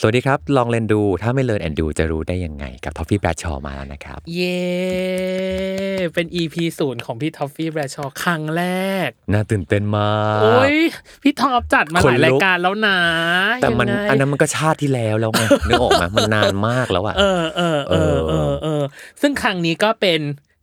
สวัสดีครับ ลองเล่นดู ถ้าไม่เล่นแอนดูจะรู้ได้ยังไง กับท็อฟฟี่แบรชอมาแล้วนะครับ เย้ เป็น EP ศูนย์ของพี่ท็อฟฟี่แบรชอครั้งแรก น่าตื่นเต้นมา โอ้ ก ย พี่ท็อปจัดมา ข ห นลุก ลายรายการแล้วนะ แต่มัน ยังไง อันนั้นมันก็ชาติที่แล้วแล้วไง นึกออกไหมมันนานมากแล้วอะ เออเออเออ เอ เอ อ อเออ ซึ่งครั้งนี้ก็เป็น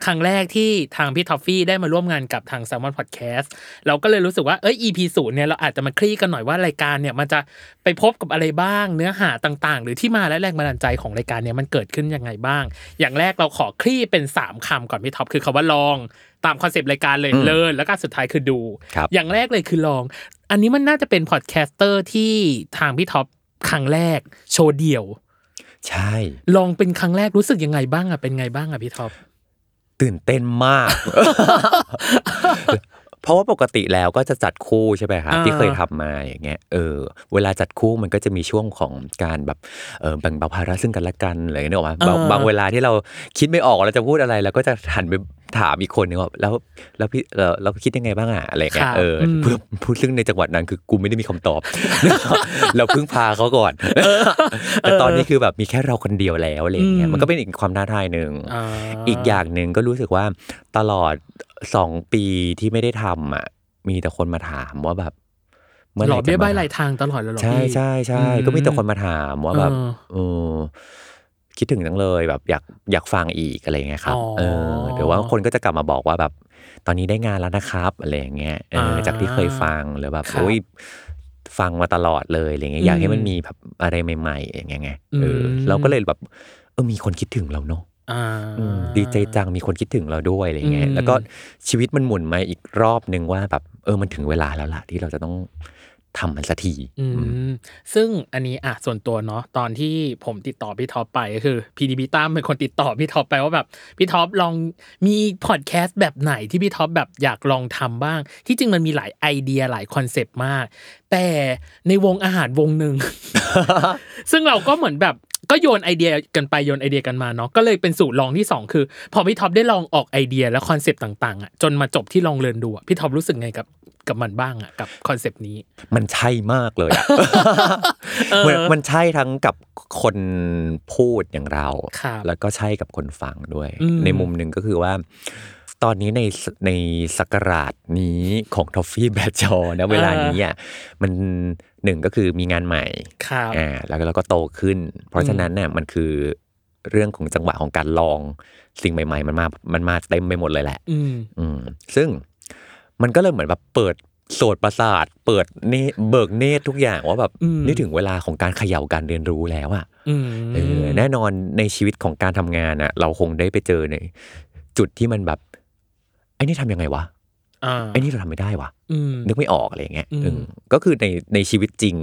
ครั้งแรกที่ทางพี่ท็อฟฟี่ได้มาร่วมงานกับทาง s ซ l m o n Podcast เราก็เลยรู้สึกว่าเอ้ย EP ศูนย์เนี่ยเราอาจจะมาคลี่กันหน่อยว่ารายการเนี่ยมันจะไปพบกับอะไรบ้าง เนื้อหาต่างๆ หรือที่มาและแรงบันดาลใจของรายการเนี่ยมันเกิดขึ้นยังไงบ้าง อย่างแรกเราขอคลี่เป็นสามคำก่อนพี่ท็อปคือคำว่าลองตามคอนเซปต์รายการเลย อืม เลิศแล้วก็สุดท้ายคือดู ครับ อย่างแรกเลยคือลอง อันนี้มันน่าจะเป็นพอดแคสเตอร์ที่ทางพี่ท็อปครั้งแรก โชว์เดี่ยว ใช่ ลองเป็นครั้งแรกรู้สึกยังไงบ้างอะเป็นไงบ้างอะพี่ท็อป ตื่นเต้นมาก เพราะว่าปกติแล้วก็จะจัดคู่ใช่ไหมครับ อ่า ที่เคยทำมาอย่างเงี้ยเออ เวลาจัดคู่มันก็จะมีช่วงของการแบบเออแบ่งเบาภาระซึ่งกันและกันอะไรเงี้ยนึกออกมาบางบางเวลาที่เราคิดไม่ออกเราจะพูดอะไรเราก็จะหันไปถามอีกคนนึงว่าแล้วแล้วพี่เออเราคิดยังไงบ้างอะอะไรเงี้ยครับ เอออ ม เพื่อพูดซึ่งในจังหวัดนั้นคือกูไม่ได้มีคำตอบ เราเพิ่งพาเขาก่อน แต่ตอนนี้คือแบบมีแค่เราคนเดียวแล้วอะไรเงี้ยมันก็เป็นอีกความท้าทายหนึ่ง อีกอย่างหนึ่งก็รู้สึกว่าตลอดสองปีที่ไม่ได้ทำอ่ะมีแต่คนมาถามว่าแบบ หล่อ จะ เบี้ย มา ใบายหลายทางตลอดเลยเหรอ ใช่ พี่ ใช่ใช่ อืม ก็มีแต่คนมาถามว่าแบบ เออ เออคิดถึงจังเลยแบบอยากอยากฟังอีกอะไรอย่างเงี้ยครับ อ๋อ เออเดี๋ยวว่าคนก็จะกลับมาบอกว่าแบบ ตอนนี้ได้งานแล้วนะครับอะไรอย่างเงี้ยเอออา จากที่เคยฟังหรือแบบ ครับ โอ้ยฟังมาตลอดเลยอะไรเงี้ยอยากให้มัน อืม มีแบบอะไรใหม่ๆอย่างเงี้ยไงเอออ ม เราก็เลยแบบเออมีคนคิดถึงเราเนาะ อ่า อืมดีใจจังมีคนคิดถึงเราด้วยอะไรเงี้ย อืม แล้วก็ชีวิตมันหมุนมาอีกรอบนึงว่าแบบเออมันถึงเวลาแล้วล่ะที่เราจะต้องทำมันสักที อื อืม มซึ่งอันนี้อ่ะส่วนตัวเนาะตอนที่ผมติดต่อพี่ท็อปไปก็คือพีดีบิต้าเป็นคนติดต่อพี่ท็อปไปว่าแบบพี่ท็อปลองมีพอดแคสต์แบบไหนที่พี่ท็อปแบบอยากลองทำบ้าง ที่จริงมันมีหลายไอเดียหลายคอนเซปต์มาก แต่ในวงอาหารวงหนึ่ง ซึ่งเราก็เหมือนแบบก็โยนไอเดียกันไปโยนไอเดียกันมาเนาะก็เลยเป็นสูตรลองที่ 2 คือ พอพี่ท็อปได้ลองออกไอเดียและคอนเซปต์ต่างๆอ่ะจนมาจบที่ลองเรียนดูอ่ะพี่ท็อปรู้สึกไงกับกับมันบ้างอ่ะกับคอนเซปต์นี้ มันใช่มากเลยอะ มันมันใช่ทั้งกับคนพูดอย่างเรา ครับ แล้วก็ใช่กับคนฟังด้วย อืม ในมุมหนึ่งก็คือว่า ตอนนี้ในสในสักราชนี้ของทอฟฟี่แบชอนะเวลานี้อ่ะมันหนึ่งก็คือมีงานใหม่ ครับ อ่าแล้วก็เราก็โตขึ้น เพราะฉะนั้นเนี่ยมันคือเรื่องของจังหวะของการลองสิ่งใหม่ ๆ มันมามันมาเต็มไปหมดเลยแหละ อืม อืมซึ่งมันก็เลยเหมือนแบบเปิดโสดประสาท เปิดเนตรเบิกเนตรทุกอย่างว่าแบบ อืม นี่ถึงเวลาของการเขย่าการเรียนรู้แล้วอะ อืม เออแน่นอนในชีวิตของการทำงานอะเราคงได้ไปเจอในจุดที่มันแบบไอ้นี่ทำยังไงวะ อา ไอ้นี่เราทำไม่ได้วะ อืม นึกไม่ออกอะไรอย่างเงี้ย อืม เออก็คือในในชีวิตจริง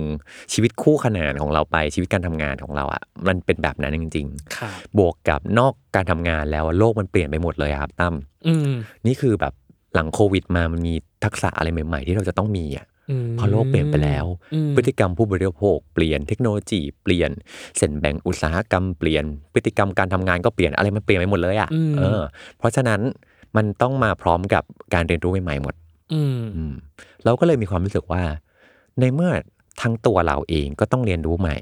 ชีวิตคู่ขนานของเราไปชีวิตการทำงานของเราอะมันเป็นแบบนั้นจริง ครับ ๆ บวกกับนอกการทำงานแล้วอะโลกมันเปลี่ยนไปหมดเลยอะครับตั้ม อืม นี่คือแบบหลังโควิดมามันมีทักษะอะไรใหม่ ๆ ที่เราจะต้องมีอ่ะ อืม เพราะโลกเปลี่ยนไปแล้ว อืม พฤติกรรมผู้บริโภคเปลี่ยนเทคโนโลยีเปลี่ยนเส้นแบ่งอุตสาหกรรมเปลี่ยน พฤติกรรมการทำงานก็เปลี่ยนอะไรมันเปลี่ยนไปหมดเลยอ่ะเออ เพราะฉะนั้นมันต้องมาพร้อมกับการเรียนรู้ใหม่ๆหมด อืม อืมเราก็เลยมีความรู้สึกว่า ในเมื่อทั้งตัวเราเองก็ต้องเรียนรู้ใหม่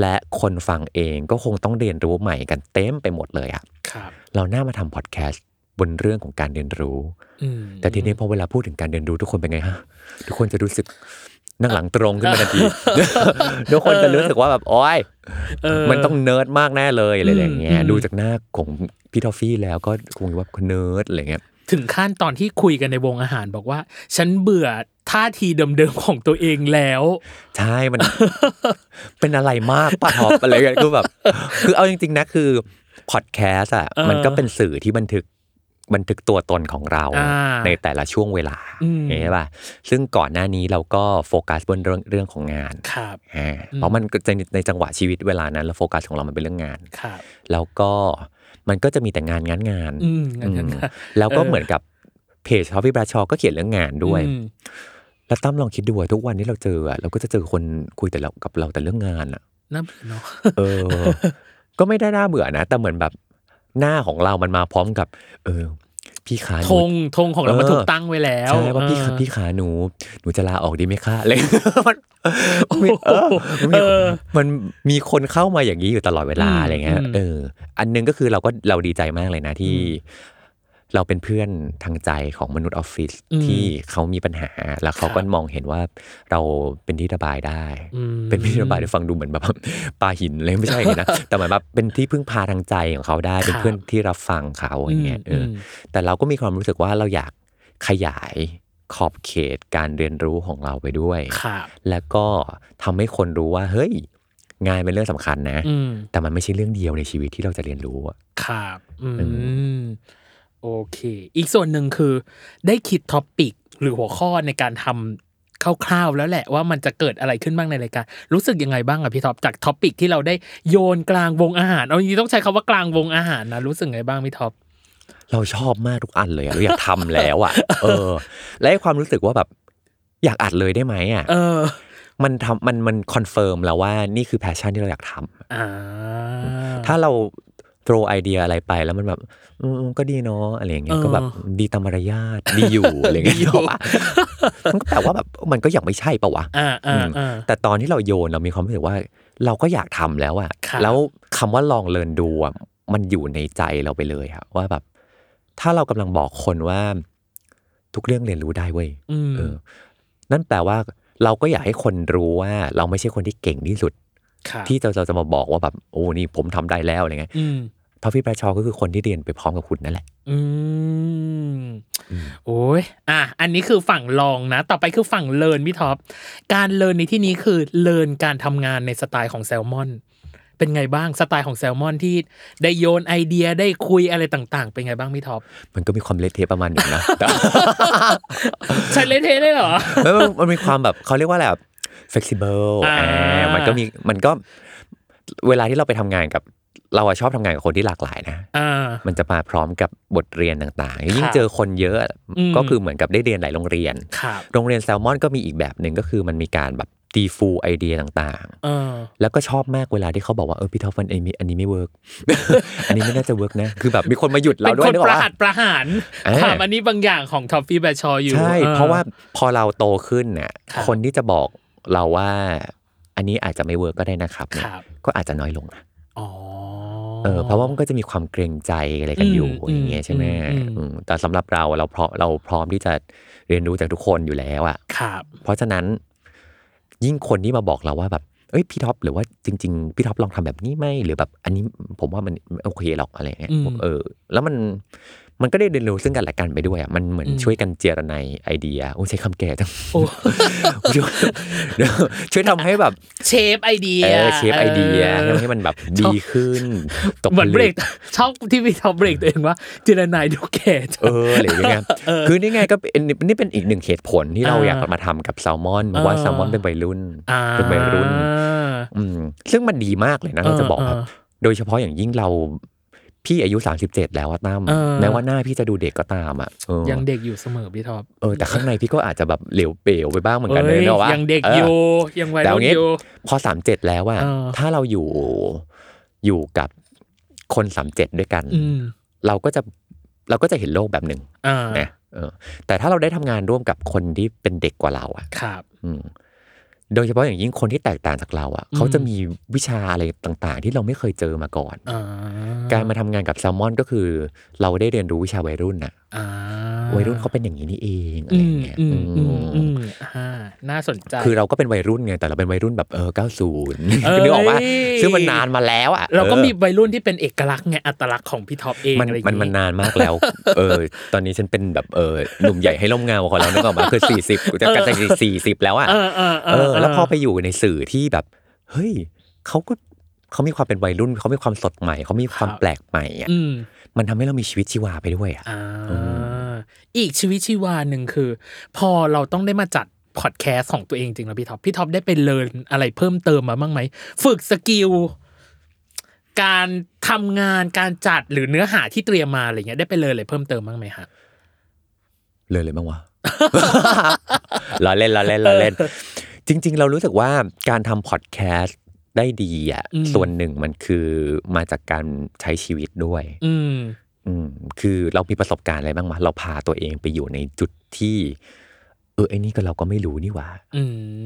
และคนฟังเองก็คงต้องเรียนรู้ใหม่กันเต็มไปหมดเลยอ่ะ ครับ เราน่ามาทำพอดแคสต์บนเรื่องของการเรียนรู้ อืม แต่ทีนี้พอเวลาพูดถึงการเรียนรู้ทุกคนเป็นไงฮะ ทุกคนจะรู้สึกนั่งหลังตรงขึ้นมาทันที ทุกคนจะรู้สึกว่าแบบโอ้ย เออ มันต้องเนิร์ดมากแน่เลยอะไรอย่างเงี้ย อืม ดูจากหน้าของพี่ทอฟฟี่แล้วก็คงว่าเนิร์ดอะไรเงี้ย ถึงขั้นตอนที่คุยกันในวงอาหารบอกว่า ฉันเบื่อท่าทีเดิมๆของตัวเองแล้ว ใช่มัน เป็นอะไรมากป้าท็อปอะไรกันก็แบบ คือเอาจริงๆนะคือพอดแคสต์อ่ะ เออ มันก็เป็นสื่อที่บันทึกบันทึกตัวตนของเรา อ่า ในแต่ละช่วงเวลา อืม อย่างนี้ป่ะซึ่งก่อนหน้านี้เราก็โฟกัสบนเรื่องเรื่องของงาน ครับ อ่า อืม เพราะมันก็จะในจังหวะชีวิตเวลานั้นเราโฟกัสของเรามันเป็นเรื่องงาน ครับ แล้วก็มันก็จะมีแต่งานงานงาน อืมงั้น อืม ครับ แล้วก็ เออ เหมือนกับเพจฮอฟฟี่บราชอก็เขียนเรื่องงานด้วย อืม แล้วตั้มลองคิดดูอะทุกวันที่เราเจออะเราก็จะเจอคนคุยแต่เรากับเราแต่เรื่องงานอะ น่าเบื่อเนาะ เออ ก็ไม่ได้น่าเบื่อนะ แต่เหมือนแบบหน้าของเรามันมาพร้อมกับ เออ พี่ขาหนู ธงธงของเรา เออ มันถูกตั้งไว้แล้ว ใช่ว่าพี่ เอ ขา อ พี่ขาหนู หนูจะลาออกดีไหมคะ อะไร มันมีเออมันมี เออ มันมีคนเข้ามาอย่างนี้อยู่ตลอดเวลา อืม อะไรเงี้ย อืม เออ อันหนึงก็คือเราก็เราดีใจมากเลยนะที่ เราเป็นเพื่อนทางใจของมนุษย์ออฟฟิศ อืม ที่เขามีปัญหา แล้วเขาก็ ครับ มองเห็นว่าเราเป็นที่ระบายได้ อืม เป็นที่ระบายเดี๋ยวฟังดูเหมือนแบบ ปลาหินเลยไม่ใช่อย่างนี้นะ แต่หมายแบบเป็นที่พึ่งพาทางใจของเขาได้ เป็น ครับ เพื่อนที่รับฟังเขาอย่างเงี้ยเอออ ม แต่เราก็มีความรู้สึกว่าเราอยากขยายขอบเขตการเรียนรู้ของเราไปด้วย ครับ แล้วก็ทำให้คนรู้ว่า เฮ้ย งานเป็นเรื่องสำคัญนะ อืม แต่มันไม่ใช่เรื่องเดียวในชีวิตที่เราจะเรียนรู้อะ ครับอื เอ มโอเค อีกส่วนหนึ่งคือ ได้คิดท็อปปิกหรือหัวข้อในการทำคร่าวๆแล้วแหละว่ามันจะเกิดอะไรขึ้นบ้างในรายการ รู้สึกยังไงบ้างอะพี่ท็อปจากท็อปปิกที่เราได้โยนกลางวงอาหารเอาจริงๆต้องใช้คำว่ากลางวงอาหารนะรู้สึกไงบ้างพี่ท็อป เราชอบมากทุกอันเลยอะเราอยากทำแล้วอะเออ และไอ้ความรู้สึกว่าแบบอยากอัดเลยได้ไหมอะ เออ มันทำมันมันคอนเฟิร์มแล้วว่านี่คือแพชชั่นที่เราอยากทำ อ่า ถ้าเรา throw ไอเดียอะไรไปแล้วมันแบบอืมก็ดีเนาะอะไรอย่างเงี้ยก็แบบดีตามมารยาท ดีอยู่ อะไรอย่างเงี้ยนึกออกปะมันก็แปลว่าแบบมันก็ยังไม่ใช่ปะวะ อ่าอ่า อื อ่า ม แต่ตอนที่เราโยนเรามีความรู้สึกว่า เราก็อยากทำแล้วอะ ค่ะ แล้วคำว่าลองเรียนดูอะมันอยู่ในใจเราไปเลยอะว่าแบบ ถ้าเรากำลังบอกคนว่า ทุกเรื่องเรียนรู้ได้เว้ย อืม เออ นั่นแปลว่า เราก็อยากให้คนรู้ว่า เราไม่ใช่คนที่เก่งที่สุด ครับ ที่เราจะมาบอกว่าแบบโอ้นี่ผมทำได้แล้วอะไรเงี้ย อืม พระพี่ประชอก็คือคนที่เรียนไปพร้อมกับคุณนั่นแหละ อืม อืม โอ้ย อ่ะ อันนี้คือฝั่งลองนะ ต่อไปคือฝั่งเลิร์นพี่ท็อป การเลิร์นในที่นี้คือเลิร์นการทำงานในสไตล์ของแซลมอน เป็นไงบ้างสไตล์ของแซลมอนที่ได้โยนไอเดียได้คุยอะไรต่างๆ เป็นไงบ้างพี่ท็อป มันก็มีความเละเทะประมาณหนึ่งนะ แต่ ใช่เละเทะเลยเหรอ แต่มันมันมีความแบบเขาเรียกว่าอะไรแบบ flexible อ่า อ่ามันก็มีมันก็เวลาที่เราไปทำงานกับ เราอะชอบทำงานกับคนที่หลากหลายนะ อ่า มันจะมาพร้อมกับบทเรียนต่างๆ ยิ่ง ค่ะ เจอคนเยอะ อืม ก็คือเหมือนกับได้เรียนหลายโรงเรียน ครับ โรงเรียนแซลมอนก็มีอีกแบบหนึ่งก็คือมันมีการแบบตีฟูไอเดียต่าง เออ ๆ แล้วก็ชอบมากเวลาที่เขาบอกว่าเออพี่ท็อปมันไอ้นี่อันนี้ไม่เวิร์ก อันนี้ไม่น่าจะเวิร์กนะคือแบบมีคนมาหยุดเรา เป็น ด้ว ค ย น นึกออปก ระ ปะ หัดประหาร อ่า ถามอันนี้บางอย่างของท็อฟฟี่แบชออยู่ ใช่ ออ เพราะว่าพอเราโตขึ้นน่ะ ครับ คนที่จะบอกเราว่าอันนี้อาจจะไม่เวิร์กก็ได้นะครับ ค เนี่ย รับ ก็อาจจะน้อยลงนะ อ๋อ เออเพราะว่ามันก็จะมีความเกรงใจอะไรกันอยู่ อืม อย่างเงี้ยใช่ไหม อืมอืม อืมแต่สำหรับเราเราพร้อมเราพร้อมที่จะเรียนรู้จากทุกคนอยู่แล้วอ่ะ ครับ เพราะฉะนั้น ยิ่งคนที่มาบอกเราว่าแบบเอ้ยพี่ท็อปหรือว่าจริง ๆ พี่ท็อปลองทำแบบนี้ไหมหรือแบบ อันนี้ผมว่ามันไม่โอเคหรอกอะไรเงี้ยผมเออ แล้วมันมันก็ได้เรียนรู้ซึ่งกันและกันไปด้วยอ่ะมันเหมือนช่วยกันเจรไนายไอเดียโอ้ใช้คำแก่จัง โอ้ ช่วย ช่วยทำให้แบบ เชฟไอเดีย เออเชฟไอเดีย เออ ทำให้มันแบบดีขึ้น ตก เหมือน ผ เบร ลึ ก ชอบที่พี่ท็อปเบรกตัวเองว่าจิรนายดูแก่จัง เอออะไรอย่างเงี้ยคือนี่ไงก็เป็นนี่เป็นอีกหนึ่งเหตุผลที่เรา อ่า อยากมาทำกับแซลมอนเพราะว่า อ่า แซลมอนเป็นวัยรุ่น อ่า เป็นวัยรุ่น อืมซึ่งมันดีมากเลยนะเราจะบอกครับ เออ โดยเฉพาะอย่างยิ่งเราพี่อายุ 37 แล้วอะตั้ม เออ แม้ว่าหน้าพี่จะดูเด็กก็ตามอ่ะเออ ยังเด็กอยู่เสมอพี่ท็อป เออแต่ข้างในพี่ก็อาจจะแบบเหลวเป๋วไปบ้างเหมือนกันเลย อ้ เนอะวะ ยังเด็ก ออ อยู่ยังวัย แต่ รุ่ เอา น งี้ อยู่ พอสามเจ็ดแล้วอะ เออ ถ้าเราอยู่อยู่กับคนสามเจ็ดด้วยกัน อืม เราก็จะเราก็จะเห็นโลกแบบหนึ่ง อ่า นะเออ แต่ถ้าเราได้ทำงานร่วมกับคนที่เป็นเด็กกว่าเราอะ ครับ อืมโดยเฉพาะอย่างยิ่งคนที่แตกต่างจากเราอะเขาจะมีวิชาอะไรต่างๆ ที่เราไม่เคยเจอมาก่อน อ่า การมาทำงานกับแซลมอนก็คือ เราได้เรียนรู้วิชาวัยรุ่นนะ อ่า วัยรุ่นเขาเป็นอย่างนี้นี่เองอะไรอย่างเงี้ย อืมอืม อื อื ม มอ่าน่าสนใจ คือเราก็เป็นวัยรุ่นไงแต่เราเป็นวัยรุ่นแบบเออ90 เอ้ย นึกออกว่าซึ่งมันนานมาแล้วอ่ะ เราก็ ออ มีวัยรุ่นที่เป็นเอกลักษณ์ไงอัตลักษณ์ของพี่ท็อปเอง มัน อะไรอย่าง มันมันนานมากแล้ว เออ ตอนนี้ฉันเป็นแบบเออหนุ่มใหญ่ให้ร่มเงาของเรานึกออกมาคือ40กูจะกันจะ40 แล้วอ่ะ เออเออเอ เอ อ อแล้วพอไปอยู่ในสื่อที่แบบ เฮ้ยเขาก็เขามีความเป็นวัยรุ่นเขามีความสดใหม่เขามีความแปลกใหม่อะ อืม มันทำให้เรามีชีวิตชีวาไปด้วยอ่ะ อ่า อื อีกชีวิตชีวาหนึ่งคือ พอเราต้องได้มาจัดพอดแคสต์ของตัวเองจริงแล้วพี่ท็อปพี่ท็อปได้ไปเรียนอะไรเพิ่มเติมมาบ้างไหม ฝึกสกิล การทำงานการจัดหรือเนื้อหาที่เตรียมมาอะไรเงี้ยได้ไปเรียนอะไรเพิ่มเติมบ้างไหมฮะ เลยเลยบ้างวะ ล้อเล่นล้อเล่นล้อเล่น จริง ๆ เรารู้สึกว่าการทำพอดแคสต์ได้ดีอ่ะ อืม ส่วนหนึ่งมันคือมาจากการใช้ชีวิตด้วย อืม อืมคือเรามีประสบการณ์อะไรบ้างมาเราพาตัวเองไปอยู่ในจุดที่ เออไอ้นี่ก็เราก็ไม่รู้นี่หว่า อื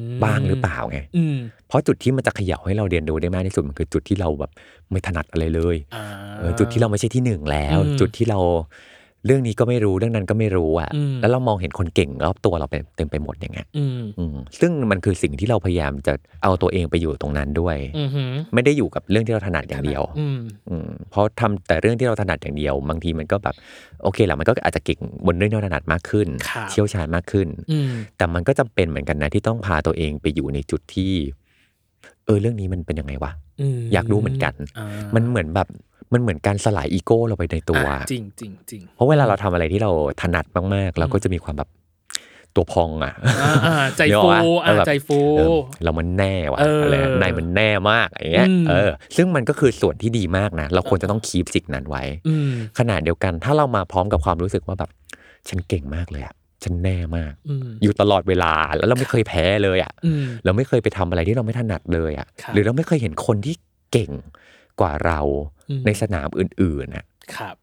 ม บ้างหรือเปล่าไง อืม เพราะจุดที่มันจะเขย่าให้เราเรียนรู้ได้มากที่สุดมันคือจุดที่เราแบบไม่ถนัดอะไรเลย อ่า เออจุดที่เราไม่ใช่ที่หนึ่งแล้ว อืม จุดที่เราเรื่องนี้ก็ไม่รู้เรื่องนั้นก็ไม่รู้อ่ะ อืม แล้วเรามองเห็นคนเก่งรอบตัวเราเต็มไปหมดอย่างเงี้ย อืม อืมซึ่งมันคือสิ่งที่เราพยายามจะเอาตัวเองไปอยู่ตรงนั้นด้วย อือหือ ไม่ได้อยู่กับเรื่องที่เราถนัดอย่างเดียว อืม อืมเพราะทำแต่เรื่องที่เราถนัดอย่างเดียว บางทีมันก็แบบโอเคแหละมันก็อาจจะเก่งบนเรื่องที่เราถนัดมากขึ้น ครับ เชี่ยวชาญมากขึ้น อืม แต่มันก็จำเป็นเหมือนกันนะที่ต้องพาตัวเองไปอยู่ในจุดที่ เออเรื่องนี้มันเป็นยังไงวะ ม อยากรู้เหมือนกัน อ่า มันเหมือนแบบมันเหมือนการสลายอีโก้เราไปในตัว อ่าจริงจริงจริง เพราะเวลาเราทำอะไรที่เราถนัดมากๆ เราก็จะมีความแบบตัวพองอ่ะ อ่า อ่า ใจ เรียก ฟู ว่า อ่า แบบ ใจฟู เออเรามันแน่ว่ะ เอออ อะไรนายมันแน่มากอย่างเงี้ย อืม เออ ซึ่งมันก็คือส่วนที่ดีมากนะเราควรจะต้องคีปสิ่งนั้นไว้ อืม ขนาดเดียวกันถ้าเรามาพร้อมกับความรู้สึกว่าแบบ ฉันเก่งมากเลยอ่ะฉันแน่มาก อืม อยู่ตลอดเวลาแล้วเราไม่เคยแพ้เลยอ่ะ อืม เราไม่เคยไปทำอะไรที่เราไม่ถนัดเลยอะ ครับ หรือเราไม่เคยเห็นคนที่เก่งกว่าเรา อืม ในสนามอื่นๆน่ะ ครับ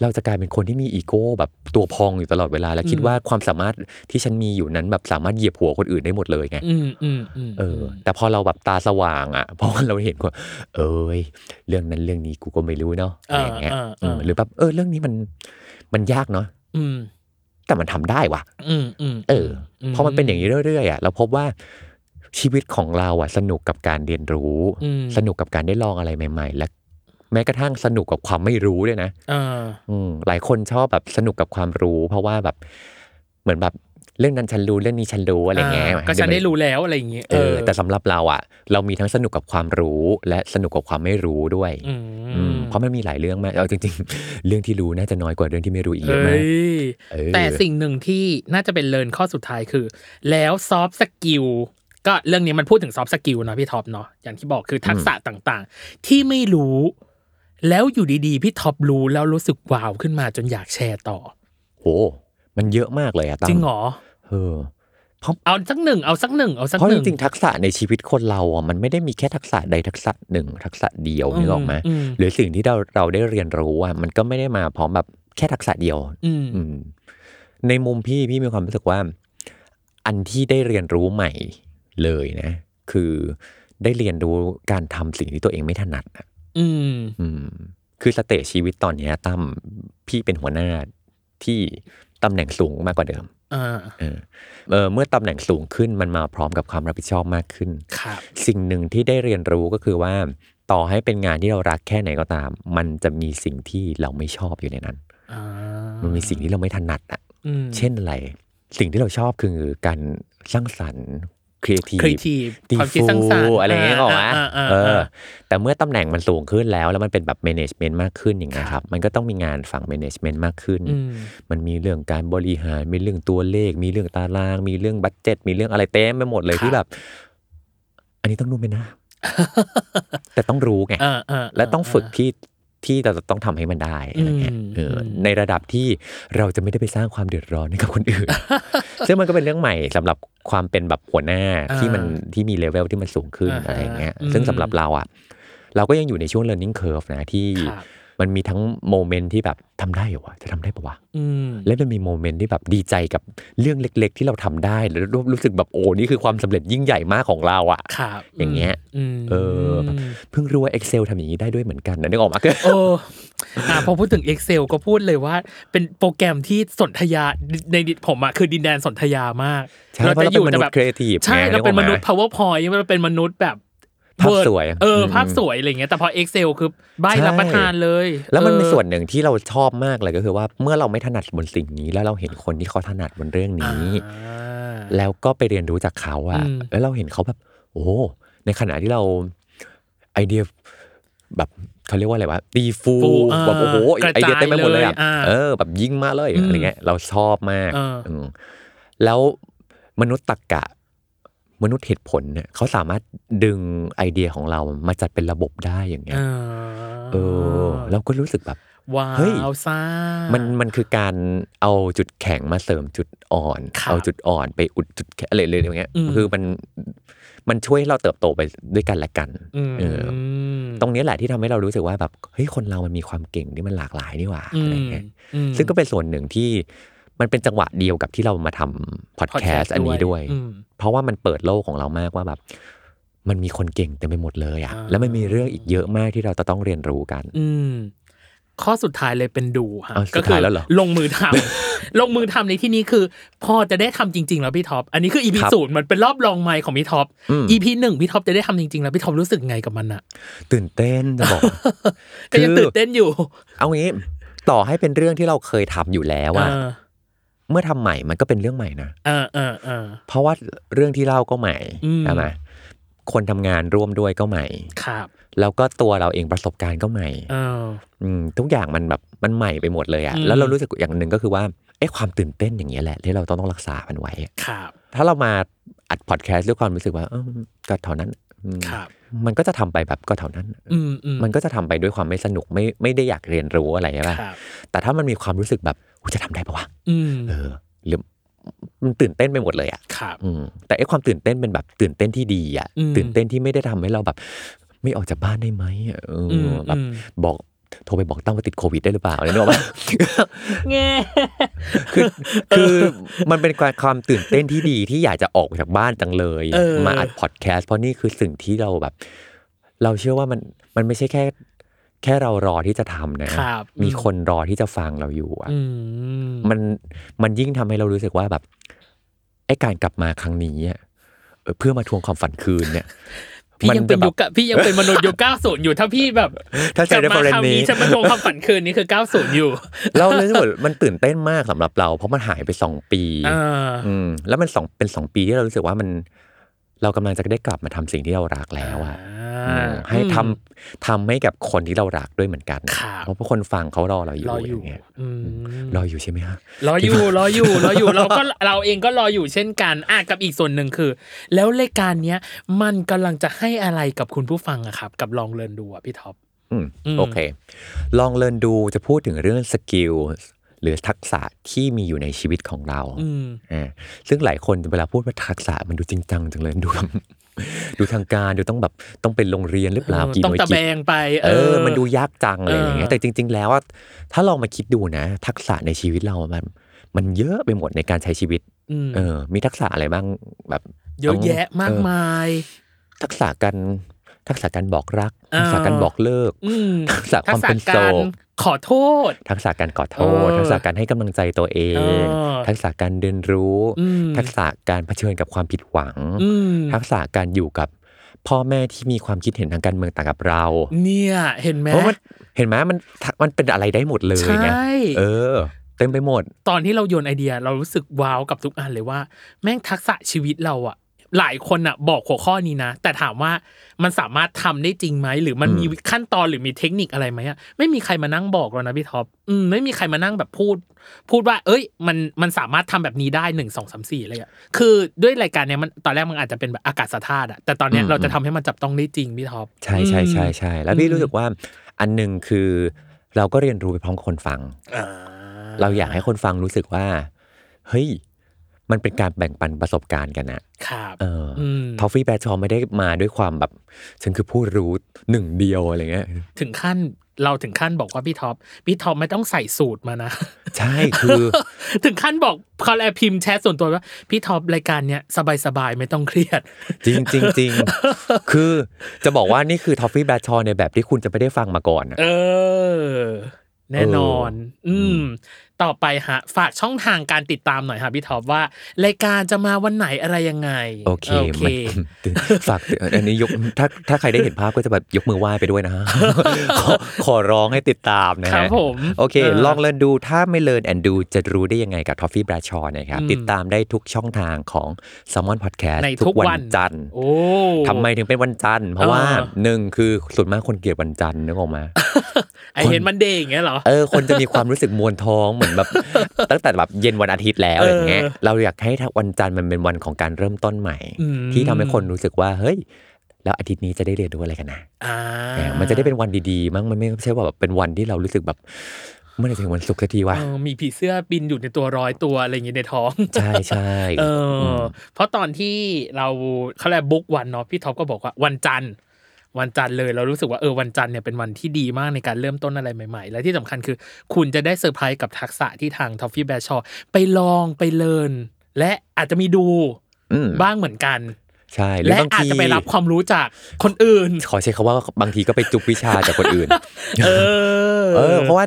เราจะกลายเป็นคนที่มีอีโก้แบบตัวพองอยู่ตลอดเวลา และคิด อืม ว่าความสามารถที่ฉันมีอยู่นั้นแบบสามารถเหยียบหัวคนอื่นได้หมดเลยไง อืมอืมอืม เออ แต่พอเราแบบตาสว่างอ่ะ เพราะว่าเราเห็นว่าเอ้ยเรื่องนั้นเรื่องนี้กูก็ไม่รู้เนาะอะไรอย่างเงี้ยเออหรือแบบเออเรื่องนี้มันมันยากเนาะ อืม แต่มันทำได้ว่ะ อืมอืม เอออพอมันเป็นอย่างนี้เรื่อยๆอ่ะเราพบว่าชีวิตของเราอ่ะสนุกกับการเรียนรู้ อืม สนุกกับการได้ลองอะไรใหม่ ๆ และแม้กระทั่งสนุกกับความไม่รู้ด้วยนะ อ่า อืมหลายคนชอบแบบสนุกกับความรู้ เพราะว่าแบบเหมือนแบบเรื่องนั้นฉันรู้เรื่องนี้ฉันรู้อะไรเงี้ย าก็ฉันได้รู้แล้วอะไรอย่างเงี้ย เออ แต่สำหรับเราอ่ะ เรามีทั้งสนุกกับความรู้ และสนุกกับความไม่รู้ด้วย อื อื ม มเพราะมันมีหลายเรื่องมากเอาจริง ๆ เรื่องที่รู้น่าจะน้อยกว่าเรื่องที่ไม่รู้อีกเยอะ เฮ้ มาก ย เออ แต่สิ่งหนึ่งที่น่าจะเป็นเลินข้อสุดท้ายคือ แล้วซอฟต์สกิลก็เรื่องนี้มันพูดถึงซอฟต์สกิลเนาะพี่ท็อปเนาะอย่างที่บอกคือทักษะต่างๆ ที่ไม่รู้ แล้วอยู่ดีๆ พี่ท็อปรู้แล้วรู้สึกว้าวขึ้นมาจนอยากแชร์ต่อ โห มันเยอะมากเลยอะตั้ จริงเหรอ เออ เพราะ เอาสักหนึ่งเอาสักหนึ่งเอาสัก เพราะ ห จ นึ่ง ริงๆทักษะในชีวิตคนเราอ่ะ มันไม่ได้มีแค่ทักษะใดทักษะหนึ่งทักษะเดียวนึกออกไหม อืม หรือสิ่งที่เราเราได้เรียนรู้อ่ะ มันก็ไม่ได้มาพร้อมแบบแค่ทักษะเดียว อืม อืม ในมุมพี่พี่มีความรู้สึกว่า อันที่ได้เรียนรู้ใหม่เลยนะ คือได้เรียนรู้การทำสิ่งที่ตัวเองไม่ถนัดอะ อืม อืมคือสเตจชีวิตตอนเนี้ยตั้มพี่เป็นหัวหน้าที่ตำแหน่งสูงมากกว่าเดิม อ่า เออเออเมื่อตำแหน่งสูงขึ้นมันมาพร้อมกับความรับผิดชอบมากขึ้น ครับ สิ่งหนึ่งที่ได้เรียนรู้ก็คือว่า ต่อให้เป็นงานที่เรารักแค่ไหนก็ตาม มันจะมีสิ่งที่เราไม่ชอบอยู่ในนั้น อ่ามั มันมีสิ่งที่เราไม่ถนัดอ่ะ เช่นอะไร สิ่งที่เราชอบคือการสร้างสรรค์ครีเอทีฟ ครีเอทีฟ ตี ความคิด ฟู สร้างสรรค์ อะไรอย่างเงี้ยหรอวะ า เออ าา แต่เมื่อตำแหน่งมันสูงขึ้นแล้ว แล้วมันเป็นแบบ management มากขึ้นอย่างเงี้ยครับ มันก็ต้องมีงานฝั่ง management มากขึ้น อืม มันมีเรื่องการบริหาร มีเรื่องตัวเลข มีเรื่องตาราง มีเรื่องบัตเจ็ต มีเรื่องอะไรเต็มไปหมดเลย ครับ ที่แบบ อันนี้ต้องรู้ไหม นะ แต่ต้องรู้ไง อ่าอ่า และต้องฝึกที่ที่เราจะต้องทำให้มันได้อะไรเงี้ย อืม เอออ ม ในระดับที่เราจะไม่ได้ไปสร้างความเดือดร้อนให้กับคน อื่น ซึ่งมันก็เป็นเรื่องใหม่สำหรับความเป็นแบบหัวหน้าที่มันที่มีเลเวลที่มันสูงขึ้นอะไรอย่างเงี้ย ซึ่งสำหรับเราอ่ะ เราก็ยังอยู่ในช่วง learning curve นะที่ ครับ มันมีทั้งโมเมนต์ที่แบบทำได้เหรอวะจะทำได้ปะวะ อืม แล้วมันมีโมเมนต์ที่แบบดีใจกับเรื่องเล็ก ๆ ที่เราทำได้แล้วรู้รู้สึกแบบโอ้นี่คือความสำเร็จยิ่งใหญ่มากของเราอะ ครับ อย่างเงี้ย ม เออแบบ เพิ่งรู้ว่า Excel ทำอย่างนี้ได้ด้วยเหมือนกันนะนึกออกมา โอ้อ่ะพอพูดถึง Excel ก็พูดเลยว่า เป็นโปรแกรมที่สนธยาในดิผมอะคือดินแดนสนธยามาก ใช่เพราะเราเป็นมนุษย์ creative ใช่ ไง เราเป็นมนุษย์ นึกออกไหม PowerPoint เราเป็นมนุษย์แบบ ภาพ Word สวย เอออ ม ภาพสวยอะไรเงี้ยแต่พอ Excel คือใบ ใช่ รับประทานเลย แล้วมัน เออ เป็นส่วนหนึ่งที่เราชอบมากเลยก็คือว่าเมื่อเราไม่ถนัดบนสิ่งนี้ แล้วเราเห็นคนที่เขาถนัดบนเรื่อง อ่า นี้ แล้วก็ไปเรียนรู้จากเขาอะ อืม แล้วเราเห็นเขาแบบ โอ้ในขณะที่เราไอเดียแบบเขาเรียกว่าอะไรวะตีฟู ฟูอ่า แบบโอ้โห กระจาย ไอเดียเต็มไปหมดเลยอะ เลยอ่า เออ แบบยิงมาเลย อืม อะไรเงี้ยเราชอบมาก เอออื มแล้วมนุษย์ตรรกะ มนุษย์เหตุผลเนี่ยเขาสามารถดึงไอเดียของเรามาจัดเป็นระบบได้อย่างเงี้ย อ่า เออ เราก็รู้สึกแบบ ว้า เฮ้ย วซ่ามั มันมันคือการเอาจุดแข็งมาเสริมจุดอ่อน ครับ เอาจุดอ่อนไปอุดจุดแข็งอะไรเลยอย่างเงี้ย อืม คือมันมันช่วยให้เราเติบโตไปด้วยกันและกันเอออตรต้อง งนี้แหละที่ทำให้เรารู้สึกว่าแบบเฮ้ยคนเรามันมีความเก่งที่มันหลากหลายนี่หว่าอะไรเงี้ยซึ่งก็เป็นส่วนหนึ่งที่มันเป็นจังหวะเดียวกับที่เรามาทำพอดแคสต์อันนี้ด้วย เพราะว่ามันเปิดโลกของเรามากว่าแบบ มันมีคนเก่งเต็มไปหมดเลยอะ อ่า แล้วมันมีเรื่องอีกเยอะมากที่เราจะต้องเรียนรู้กัน อืมข้อสุดท้ายเลยเป็นดูฮะ อ้าวสุ ก็ ดท้ายแล้วเหรอ ลงมือทำ ลงมือทำในที่นี้คือ พอจะได้ทำจริง ๆ แล้วพี่ท็อปอันนี้คืออีพี ครับ ศูนย์มันเป็นรอบลองไมค์ของพี่ท็อป อืม อีพีหนึ่งพี่ท็อปจะได้ทำจริง ๆ แล้วพี่ท็อปรู้สึกไงกับมันอะ ตื่นเต้นจะบอก ก็ยัง คือ ตื่นเต้นอยู่ เอางี้ต่อให้เป็นเรื่องที่เราเคยทำอยู่แล้วอะ เออ เมื่อทำใหม่มันก็เป็นเรื่องใหม่นะ เออเออเออ เพราะว่าเรื่องที่เล่าก็ใหม่ อืม ใช่ไหมคนทำงานร่วมด้วยก็ใหม่ ครับ แล้วก็ตัวเราเองประสบการณ์ก็ใหม่ เออ มทุกอย่างมันแบบมันใหม่ไปหมดเลยอะ อืม แล้วเรารู้สึกอย่างหนึ่งก็คือว่าเอ๊ะความตื่นเต้นอย่างเงี้ยแหละที่เราต้องต้องรักษามันไว้อะ ครับ ถ้าเรามาอัดพอดแคสต์ด้วยความรู้สึกว่าเออก็เท่านั้นอืม ครับ มันก็จะทำไปแบบก็เท่านั้น อืมอืม มันก็จะทำไปด้วยความไม่สนุกไม่ไม่ได้อยากเรียนรู้อะไรใช่ปะ ครับ แต่ถ้ามันมีความรู้สึกแบบอุ๊ยจะทำได้ปะวะ อืม เออหรือมันตื่นเต้นไปหมดเลยอะ่ะ ครับ อืมแต่ไอ้ความตื่นเต้นเป็นแบบตื่นเต้นที่ดีอะ่ะ อืม ตื่นเต้นที่ไม่ได้ทำให้เราแบบ ไม่ออกจากบ้านได้ไหมเอออ อืม แบบ อืม บอกโทรไปบอกตั้งว่าติดโควิดได้หรือเปล่าอะไรนึกออกปะ แง่ คือคือมันเป็นความความตื่นเต้นที่ดีที่อยากจะออกจากบ้านจังเลย เออ มาอัดพอดแคสต์เพราะนี่คือสิ่งที่เราแบบ เราเชื่อว่ามันมันไม่ใช่แค่ แค่เรารอที่จะทำนะ ครับ มีคนรอที่จะฟังเราอยู่อะ อืม มันมันยิ่งทำให้เรารู้สึกว่าแบบไอ้การกลับมาครั้งนี้อะเออเพื่อมาทวงความฝันคืน เนี่ย พี่ยังเป็น มั ยุ จะ คพี่ยังเป็นมนุษย์ยุค 90 อยู่ถ้าพี่แบบ แบบถ้าใจได้ กลับ ป มา ระเด็น คราว นี้ นี้ฉันมาทวงความฝันคืนนี้คือ 90 อยู่ เราเลยรู้สึกว่ามันตื่นเต้นมากสำหรับเรา เพราะมันหายไปสองปี อ่า อืมแล้วมันสองเป็นสองปีที่เรารู้สึกว่ามัน เรากำลังจะได้กลับมาทำสิ่งที่เรารักแล้วอะอืมให้ทำทำให้กับคนที่เรารักด้วยเหมือนกัน ขา เพราะว่าคนฟังเขารอเราอยู่ รออยู่ างเงี้ย อืม รออยู่ใช่ไหมฮะ รออยู่รออยู่รออยู่เราก็เราเองก็รออยู่เช่นกันอ่ะกับอีกส่วนหนึ่งคือ แล้วรายการเนี้ยมันกำลังจะให้อะไรกับคุณผู้ฟังอะครับ กับลองเรียนดูอะพี่ท็อป อืม อืม โอเค ลองเรียนดูจะพูดถึงเรื่องสกิลหรือทักษะที่มีอยู่ในชีวิตของเรา อืม อ่าซึ่งหลายคนเวลาพูดว่าทักษะมันดูจริงจังจังเลยดูแบบ ดูทางการดูต้องแบบต้องเป็นโรงเรียนหรือเปล่า เออ กี่ห ต้อง น่วย ตะ กิ แบ จ งไป เอ เอ อ อ มันดูยากจังอะไรอย่างเงี้ย เออ แต่จริง ๆ แล้วว่าถ้าลองมาคิดดูนะ ทักษะในชีวิตเรามันมันเยอะไปหมดในการใช้ชีวิต อืม เออ มีทักษะอะไรบ้างแบบ เยอะแยะมาก เออ มาย ทักษะการทักษะการบอกรัก อ่า ทักษะการบอกเลิก อืม ทักษะค ทั วาก ม ษะ เป็น โส การ ด ขอโทษ ทักษะการขอโทษ เออ ทักษะการให้กำลังใจตัวเอง เออ ทักษะการเรียนรู้ อืม ทักษะการเผชิญกับความผิดหวัง อืม ทักษะการอยู่กับพ่อแม่ที่มีความคิดเห็นทางการเมืองต่างกับเรา เนี่ยเห็นไหม เพราะมันเห็นไหมมันมันเป็นอะไรได้หมดเลย ใช่ ไงเออ เต็มไปหมด ตอนที่เราโยนไอเดียเรารู้สึกว้าวกับทุกอันเลยว่า แม่งทักษะชีวิตเราอะหลายคนอะบอกหัวข้อนี้นะ แต่ถามว่ามันสามารถทำได้จริงไหมหรือมัน อืม มีขั้นตอนหรือมีเทคนิคอะไรไหมอะไม่มีใครมานั่งบอกเรานะพี่ท็อปอืมไม่มีใครมานั่งแบบพูด พูดว่า เอ้ย มันมันสามารถทำแบบนี้ได้หนึ่งสองสามสี่เลยอะคือด้วยรายการเนี้ยมันตอนแรกมันอาจจะเป็นแบบอากาศธาตุอะแต่ตอนเนี้ยเราจะทำให้มันจับต้องได้จริงพี่ท็อป ใช่ใช่ใช่ใช่แล้ว อื พี่ ม รู้สึกว่าอันหนึ่งคือ เราก็เรียนรู้ไปพร้อมกับคนฟัง อ่า เราอยากให้คนฟังรู้สึกว่า เฮ้ย มันเป็นการแบ่งปันประสบการณ์กันอะ ครับ เอออ ม ทอฟฟี่แบรดชอว์ไม่ได้มาด้วยความแบบ ฉันคือผู้รู้หนึ่งเดียวอะไรเงี้ย ถึงขั้น เราถึงขั้นบอกว่าพี่ท็อปพี่ท็อปไม่ต้องใส่สูตรมานะ ใช่คือ ถึงขั้นบอกเขาแลพิมพ์แชทส่วนตัวว่าพี่ท็อปรายการเนี้ยสบายๆ ไม่ต้องเครียด จริงจริงจริงคือจะบอกว่านี่คือท็อฟฟี่แบทชอในแบบที่คุณจะไม่ได้ฟังมาก่อนอะ เออ แน่นอน อืม ต่อไปฮะ ฝากช่องทางการติดตามหน่อยฮะพี่ท็อปว่ารายการจะมาวันไหนอะไรยังไง โอเค โอเค มันฝากอันนี้ยกถ้าถ้าใครได้เห็นภาพก็จะแบบยกมือไหว้ไปด้วยนะฮ ะ ขอขอร้องให้ติดตามนะ ครั ฮะ บผม โอเค เออ ลองเรียนดูถ้าไม่เรียนแอนดูจะรู้ได้ยังไงกับ Toffee Bradshaw นะครับ อืม ติดตามได้ทุกช่องทางของ s ซ m o n Podcast ในทุ ทุ ก ก วั วัน นจันทร์ โอ้ ทำไมถึงเป็นวันจันทร์ เพราะว่า เออ หนึ่งคือส่วนมากคนเกลียดวันจันทร์นึกออกมา ไอเห็นมันเดย์อย่างเงี้ยเหรอ เออคนจะมีความรู้สึกมวนท้องเหมือนแบบ ตั้งแต่แบบเย็นวันอาทิตย์แล้ว เอออ อย่างเงี้ยเราอยากให้ถ้าวันจันทร์มันเป็นวันของการเริ่มต้นใหม่ อืม ที่ทำให้คนรู้สึกว่าเฮ้ย แล้วอาทิตย์นี้จะได้เรียนรู้อะไรกันนะ อ่า เออมันจะได้เป็นวันดีๆ มั้งมันไม่ใช่ว่าแบบเป็นวันที่เรารู้สึกแบบเมื่อไหร่จะถึงวันศุกร์สักทีวะ เออมีผีเสื้อบินอยู่ในตัวร้อยตัวอะไรอย่างเงี้ยในท้อง ใช่ใช่ เอออ ม เพราะตอนที่เราเขาเรียกบุ๊กวันเนาะพี่ท็อปก็บอกว่าวันจันทร์วันจันทร์เลยเรารู้สึกว่าเออวันจันทร์เนี่ยเป็นวันที่ดีมากในการเริ่มต้นอะไรใหม่ๆ และที่สำคัญคือ คุณจะได้เซอร์ไพรส์กับทักษะที่ทางทอฟฟี่แบชอไปลองไปเลินและอาจจะมีดู อืม บ้างเหมือนกัน ใช่หรื และ บง อาจ ที จะไปรับความรู้จากคนอื่น ขอใช้คำว่าบางทีก็ไปจุบวิชาจากคนอื่น เออ เออเพราะว่า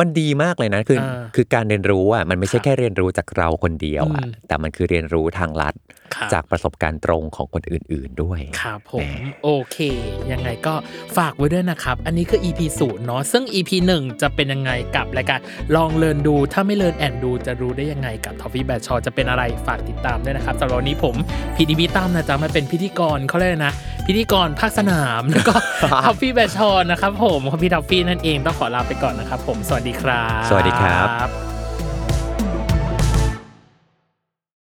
มันดีมากเลยนะคือ อ่า คือการเรียนรู้อ่ะมันไม่ใช่ ครับ แค่เรียนรู้จากเราคนเดียวอ่ะ อืม แต่มันคือเรียนรู้ทางลัด ครับ จากประสบการณ์ตรงของคนอื่น ๆด้วย ครับผมโอเค ยังไงก็ฝากไว้ด้วยนะครับ อันนี้คือ EP ศูนย์เนาะซึ่ง EP 1 จะเป็นยังไงกับรายการลองเลินดู ถ้าไม่เลินแอนดูจะรู้ได้ยังไงกับทอฟฟี่แบทชอจะเป็นอะไรฝากติดตามด้วยนะครับสำหรับวันนี้ผมพีดีพีตั้มนะจ๊ะมาเป็นพิธีกรเขาเรียกอะไรนะ พิธีกรภาคสนาม แล้วก็ ทอฟฟี่แบทชอนะครับผมของพี่ทอฟฟี่นั่นเองต้องขอลาไปก่อนนะครับผมสวัสดีครับ สวัสดีครับ